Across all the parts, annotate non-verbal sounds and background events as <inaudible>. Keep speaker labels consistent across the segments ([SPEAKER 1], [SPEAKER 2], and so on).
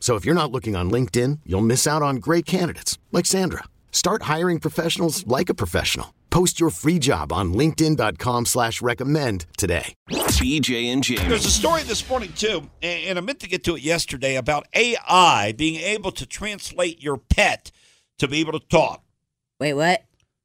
[SPEAKER 1] So if you're not looking on LinkedIn, you'll miss out on great candidates like Sandra. Start hiring professionals like a professional. Post your free job on LinkedIn.com slash recommend today.
[SPEAKER 2] BJ and Jamie.
[SPEAKER 3] There's a story this morning too, and and I meant to get to it yesterday about AI being able to translate your pet to be able to talk.
[SPEAKER 4] Wait, what? <laughs>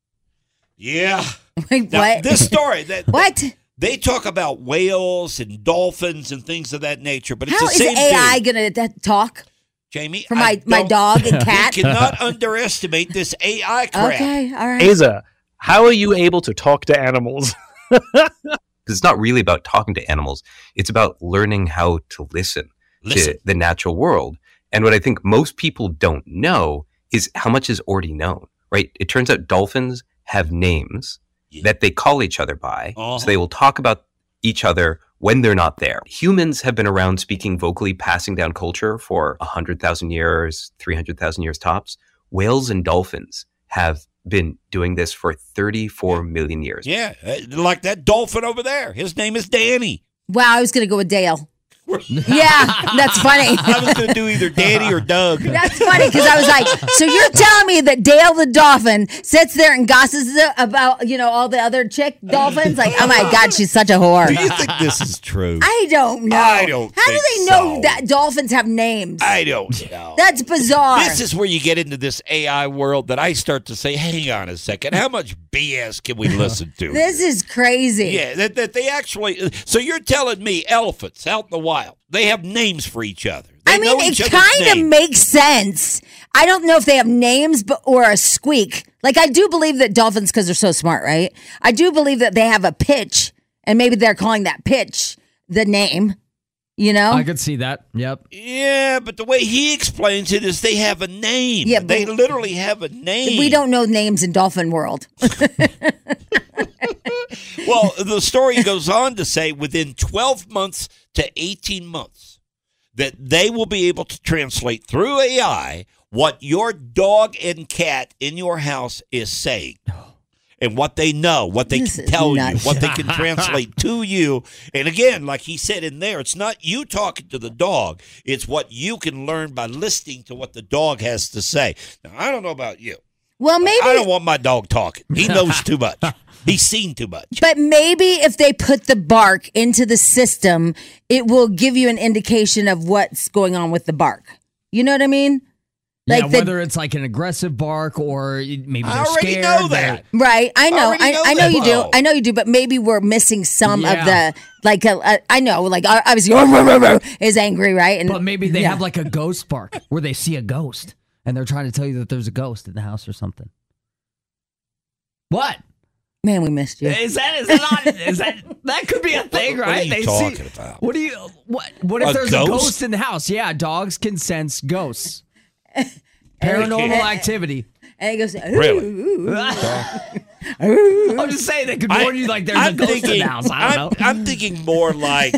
[SPEAKER 3] Yeah.
[SPEAKER 4] Wait,
[SPEAKER 3] Now,
[SPEAKER 4] what?
[SPEAKER 3] This story that
[SPEAKER 4] <laughs> what?
[SPEAKER 3] they talk about whales and dolphins and things of that nature, but it's
[SPEAKER 4] How
[SPEAKER 3] the
[SPEAKER 4] is
[SPEAKER 3] same
[SPEAKER 4] AI
[SPEAKER 3] dude.
[SPEAKER 4] gonna that talk
[SPEAKER 3] Jamie,
[SPEAKER 4] for
[SPEAKER 3] I
[SPEAKER 4] my, my
[SPEAKER 3] don't-
[SPEAKER 4] dog and cat?
[SPEAKER 3] <laughs> You
[SPEAKER 4] <laughs>
[SPEAKER 3] cannot underestimate this AI crap.
[SPEAKER 4] okay, all right.
[SPEAKER 5] Aza, how are you able to talk to animals?
[SPEAKER 6] 'Cause it's not really about talking to animals. It's about learning how to listen,
[SPEAKER 3] Listen.
[SPEAKER 6] to the natural world. And what I think most people don't know is how much is already known, right? It turns out dolphins have names
[SPEAKER 3] Yeah.
[SPEAKER 6] that they call each other by.
[SPEAKER 3] Uh-huh.
[SPEAKER 6] So they will talk about each other when they're not there. Humans have been around speaking vocally, passing down culture for 100,000 years, 300,000 years tops. Whales and dolphins have been doing this for 34 million years.
[SPEAKER 3] Yeah, uh, like that dolphin over there. His name is Danny.
[SPEAKER 4] Wow, I was gonna go
[SPEAKER 3] <laughs>
[SPEAKER 4] with Dale. yeah, that's funny. <laughs>
[SPEAKER 3] I was going to do either Danny or Doug.
[SPEAKER 4] That's funny because I was like, so you're telling me that Dale the dolphin sits there and gossips about you know all the other chick dolphins? Like, oh my god, she's such a
[SPEAKER 3] Do you
[SPEAKER 4] whore.
[SPEAKER 3] think this is true?
[SPEAKER 4] I don't know.
[SPEAKER 3] I don't
[SPEAKER 4] How do
[SPEAKER 3] think
[SPEAKER 4] they know
[SPEAKER 3] so.
[SPEAKER 4] that dolphins have names?
[SPEAKER 3] I don't know.
[SPEAKER 4] That's bizarre.
[SPEAKER 3] This is where you get into this AI world that I start to say, hang on a second, how much BS can we
[SPEAKER 4] <laughs>
[SPEAKER 3] listen to?
[SPEAKER 4] This is crazy.
[SPEAKER 3] yeah, that, that they actually. So you're telling me elephants out in the wild, they have names for each other. They
[SPEAKER 4] I mean,
[SPEAKER 3] know
[SPEAKER 4] it
[SPEAKER 3] each other's
[SPEAKER 4] kind of
[SPEAKER 3] names.
[SPEAKER 4] makes sense. I don't know if they have names but, or a squeak. Like, I do believe that dolphins, because they're so smart, right? I do believe that they have a pitch, and maybe they're calling that pitch the name, you know?
[SPEAKER 7] I could see that. Yep.
[SPEAKER 3] Yeah, but the way he explains it is they have a name.
[SPEAKER 4] Yeah,
[SPEAKER 3] they
[SPEAKER 4] but-
[SPEAKER 3] literally have a name.
[SPEAKER 4] we don't know names in dolphin world. <laughs>
[SPEAKER 3] Well, the story goes on to say within 12 months to 18 months that they will be able to translate through AI what your dog and cat in your house is saying. And what they know, what they
[SPEAKER 4] This
[SPEAKER 3] can
[SPEAKER 4] is
[SPEAKER 3] tell
[SPEAKER 4] nuts.
[SPEAKER 3] you, what
[SPEAKER 4] <laughs>
[SPEAKER 3] they can translate to you. And again, like he said in there, it's not you talking to the dog, it's what you can learn by listening to what the dog has to say. Now, I don't know about you.
[SPEAKER 4] Well, maybe.
[SPEAKER 3] I don't want my dog talking. He knows too
[SPEAKER 4] <laughs>
[SPEAKER 3] much, he's seen too much.
[SPEAKER 4] But maybe if they put the bark into the system, it will give you an indication of what's going on with the bark. You know what I mean?
[SPEAKER 7] yeah,
[SPEAKER 4] the-
[SPEAKER 7] whether it's like an aggressive bark or maybe
[SPEAKER 3] I
[SPEAKER 7] they're
[SPEAKER 3] already
[SPEAKER 7] scared.
[SPEAKER 3] know
[SPEAKER 7] they're-
[SPEAKER 3] that.
[SPEAKER 4] Right, I know,
[SPEAKER 3] already
[SPEAKER 4] I,
[SPEAKER 3] know
[SPEAKER 4] I know
[SPEAKER 3] that.
[SPEAKER 4] you do,
[SPEAKER 3] Wow.
[SPEAKER 4] I know you do, but maybe we're missing some of
[SPEAKER 7] Yeah.
[SPEAKER 4] the like. uh, uh, I know, like uh, obviously <laughs> "Arr, arr, arr, arr," is angry, right? And
[SPEAKER 7] But maybe they
[SPEAKER 4] yeah.
[SPEAKER 7] have like a ghost bark where they see a ghost and they're trying to tell you that there's a ghost in the house or something. What?
[SPEAKER 4] man, we missed you.
[SPEAKER 7] Is that is that on, is that that could be a thing,
[SPEAKER 3] What- what
[SPEAKER 7] right?
[SPEAKER 3] are you
[SPEAKER 7] They see-
[SPEAKER 3] talking about?
[SPEAKER 7] What do you what what if
[SPEAKER 3] A
[SPEAKER 7] there's
[SPEAKER 3] ghost?
[SPEAKER 7] a ghost in the house? Yeah, dogs can sense
[SPEAKER 3] <laughs>
[SPEAKER 7] ghosts. Paranormal
[SPEAKER 3] can't. <laughs>
[SPEAKER 7] activity.
[SPEAKER 4] And he goes, "Ooh,
[SPEAKER 3] Really?
[SPEAKER 4] ooh, ooh."
[SPEAKER 7] I'm just saying they could warn you like there's a ghost in the house. I
[SPEAKER 3] am
[SPEAKER 7] don't know.
[SPEAKER 3] <laughs> thinking
[SPEAKER 7] <laughs>
[SPEAKER 3] more like.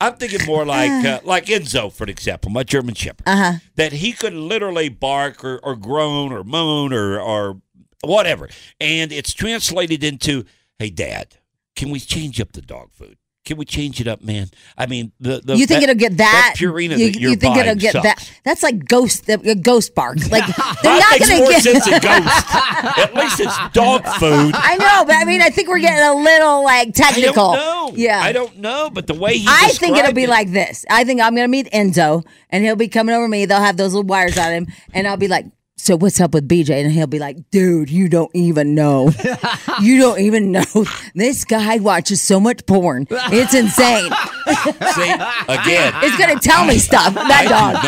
[SPEAKER 3] I'm thinking more like uh, like Enzo, for example, my German Shepherd, uh-huh. that he could literally bark or, or groan or moan or or whatever, and it's translated into, "Hey, Dad, can we change up the dog food? Can we change it up, man? I mean, the, the
[SPEAKER 4] you think it'll get that?
[SPEAKER 3] Purina
[SPEAKER 4] you,
[SPEAKER 3] that you're
[SPEAKER 4] you think it'll
[SPEAKER 3] buying
[SPEAKER 4] get that?
[SPEAKER 3] sucks.
[SPEAKER 4] That's like ghost, the, a
[SPEAKER 3] <laughs>
[SPEAKER 4] ghost bark. Like they're
[SPEAKER 3] That
[SPEAKER 4] not
[SPEAKER 3] makes
[SPEAKER 4] gonna
[SPEAKER 3] more
[SPEAKER 4] get.
[SPEAKER 3] sense than ghost. At least it's dog food.
[SPEAKER 4] <laughs> I know, but I mean, I think we're getting a little like technical.
[SPEAKER 3] I don't know.
[SPEAKER 4] Yeah,
[SPEAKER 3] I don't know, but the way he
[SPEAKER 4] I think it'll
[SPEAKER 3] described
[SPEAKER 4] be
[SPEAKER 3] it-
[SPEAKER 4] like this. I think I'm gonna meet Enzo, and he'll be coming over me. They'll have those little wires on him, and I'll be like, so what's up with BJ? And he'll be like, dude, you don't
[SPEAKER 3] <laughs>
[SPEAKER 4] even know. you don't even know. This guy watches so much porn. It's insane.
[SPEAKER 3] See, again,
[SPEAKER 4] <laughs> It's gonna tell me stuff. That dog.
[SPEAKER 3] <laughs>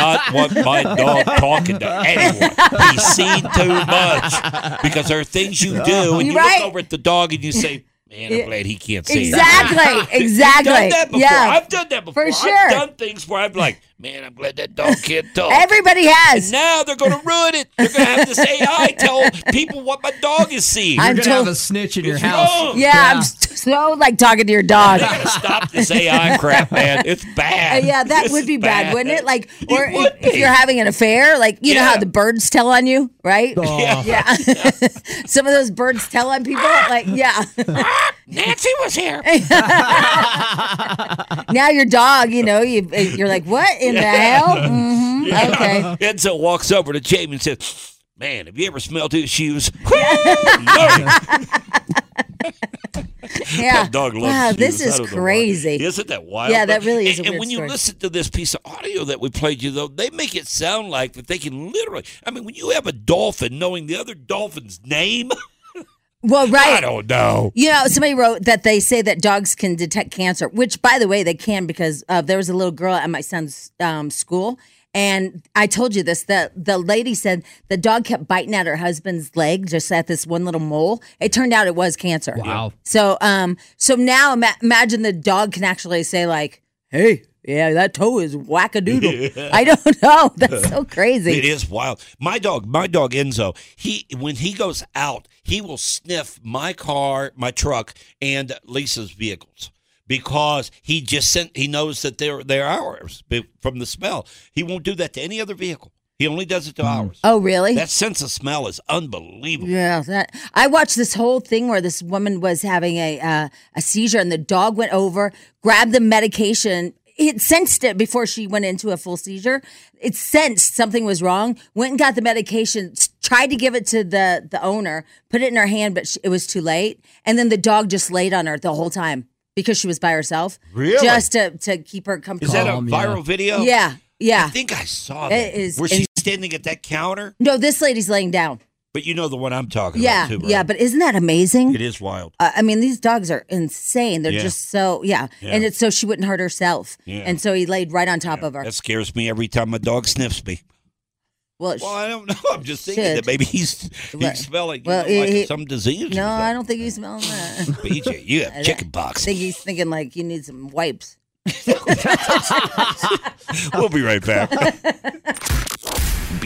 [SPEAKER 3] I do not want my dog talking to anyone. He's seen too much because there are things you do, and you
[SPEAKER 4] Right.
[SPEAKER 3] look over at the dog and you say, "Man, I'm glad he can't see." <laughs>
[SPEAKER 4] Exactly.
[SPEAKER 3] I've
[SPEAKER 4] Exactly.
[SPEAKER 3] done that before.
[SPEAKER 4] Yeah.
[SPEAKER 3] I've done that before.
[SPEAKER 4] sure.
[SPEAKER 3] I've done things where I'm like, "Man, I'm glad that dog can't talk."
[SPEAKER 4] Everybody
[SPEAKER 3] and
[SPEAKER 4] has.
[SPEAKER 3] now they're going to ruin it. They're going to have this AI tell people what my dog is seeing.
[SPEAKER 4] I'm
[SPEAKER 7] You're gonna
[SPEAKER 4] told-
[SPEAKER 7] have a snitch in your
[SPEAKER 3] Oh.
[SPEAKER 7] house.
[SPEAKER 4] Yeah, I'm s- so like talking to
[SPEAKER 3] <laughs>
[SPEAKER 4] your dog.
[SPEAKER 3] They gotta stop this AI crap, man. It's
[SPEAKER 4] Uh,
[SPEAKER 3] bad.
[SPEAKER 4] yeah, that
[SPEAKER 3] It's
[SPEAKER 4] would be bad, wouldn't it? Like, or
[SPEAKER 3] It would
[SPEAKER 4] if, if
[SPEAKER 3] be.
[SPEAKER 4] you're having an affair, like you know how
[SPEAKER 3] Yeah.
[SPEAKER 4] the birds tell on you, right?
[SPEAKER 7] Oh.
[SPEAKER 4] <laughs> Yeah, some of those birds tell on people. Like, yeah, <laughs>
[SPEAKER 3] Nancy was here.
[SPEAKER 4] now your dog, you know, you you're like, what in the hell? hmm Okay.
[SPEAKER 3] <laughs> Enzo walks over to Jamie and says, Man, have you ever smelled his
[SPEAKER 4] <laughs>
[SPEAKER 3] shoes? That
[SPEAKER 4] Yeah.
[SPEAKER 3] dog loves
[SPEAKER 4] wow,
[SPEAKER 3] shoes.
[SPEAKER 4] this
[SPEAKER 3] I
[SPEAKER 4] is
[SPEAKER 3] don't know why.
[SPEAKER 4] crazy.
[SPEAKER 3] Isn't that wild?
[SPEAKER 4] Yeah, that
[SPEAKER 3] though?
[SPEAKER 4] really is a
[SPEAKER 3] And,
[SPEAKER 4] weird
[SPEAKER 3] and when
[SPEAKER 4] story.
[SPEAKER 3] you listen to this piece of audio that we played you, though, they make it sound like that they can literally. I mean, when you have a dolphin knowing the other dolphin's name, <laughs>
[SPEAKER 4] Well,
[SPEAKER 3] I
[SPEAKER 4] right.
[SPEAKER 3] don't know.
[SPEAKER 4] You know, somebody wrote that they say that dogs can detect cancer, which, by the way, they can because uh, there was a little girl at my son's um, school. And I told you this that the lady said the dog kept biting at her husband's leg, just at this one little mole. It turned out it was cancer.
[SPEAKER 7] Wow.
[SPEAKER 4] So, um, so now ima- imagine the dog can actually say like, "Hey, yeah, that toe is
[SPEAKER 3] <laughs>
[SPEAKER 4] wackadoodle." I don't know. <laughs> That's so
[SPEAKER 3] It
[SPEAKER 4] crazy.
[SPEAKER 3] is wild. My dog, my dog Enzo, he when he goes out, he will sniff my car, my truck, and Lisa's vehicles because he just sent. He knows that they're they're ours be- from the smell. He won't do that to any other vehicle. He only does it to ours.
[SPEAKER 4] Oh, really?
[SPEAKER 3] That sense of smell is unbelievable.
[SPEAKER 4] Yeah, that I watched this whole thing where this woman was having a uh, a seizure, and the dog went over, grabbed the medication. It sensed it before she went into a full seizure. It sensed something was wrong. Went and got the medication. s- Tried to give it to the the owner. Put it in her hand, but she, it was too late. And then the dog just laid on her the whole time because she was by herself.
[SPEAKER 3] Really?
[SPEAKER 4] Just to to keep her comfortable.
[SPEAKER 3] Is that a
[SPEAKER 7] Calm, yeah.
[SPEAKER 3] viral video?
[SPEAKER 4] yeah,
[SPEAKER 3] I
[SPEAKER 4] yeah.
[SPEAKER 3] think I saw
[SPEAKER 4] It
[SPEAKER 3] that.
[SPEAKER 4] is
[SPEAKER 3] Where she's standing at that counter,
[SPEAKER 4] No, this lady's laying down.
[SPEAKER 3] but you know the one I'm talking
[SPEAKER 4] Yeah,
[SPEAKER 3] about too. right?
[SPEAKER 4] yeah. But isn't that amazing?
[SPEAKER 3] it is wild.
[SPEAKER 4] uh, I mean, these dogs are insane. They're
[SPEAKER 3] Yeah.
[SPEAKER 4] just so yeah.
[SPEAKER 3] Yeah.
[SPEAKER 4] and it's so she wouldn't hurt herself.
[SPEAKER 3] Yeah.
[SPEAKER 4] And so he laid right on top of her.
[SPEAKER 3] That scares me every time my dog sniffs me.
[SPEAKER 4] well, sh-
[SPEAKER 3] Well, I don't know. <laughs> I'm just thinking
[SPEAKER 4] Should.
[SPEAKER 3] that maybe he's
[SPEAKER 4] Right.
[SPEAKER 3] he's smelling you
[SPEAKER 4] Well,
[SPEAKER 3] know, like
[SPEAKER 4] he-
[SPEAKER 3] some disease.
[SPEAKER 4] no, I don't think he's
[SPEAKER 3] <laughs>
[SPEAKER 4] smelling that.
[SPEAKER 3] BJ, you
[SPEAKER 4] <laughs>
[SPEAKER 3] have chicken pox.
[SPEAKER 4] think he's thinking like you need some wipes.
[SPEAKER 3] We'll be right
[SPEAKER 4] <laughs>
[SPEAKER 3] back.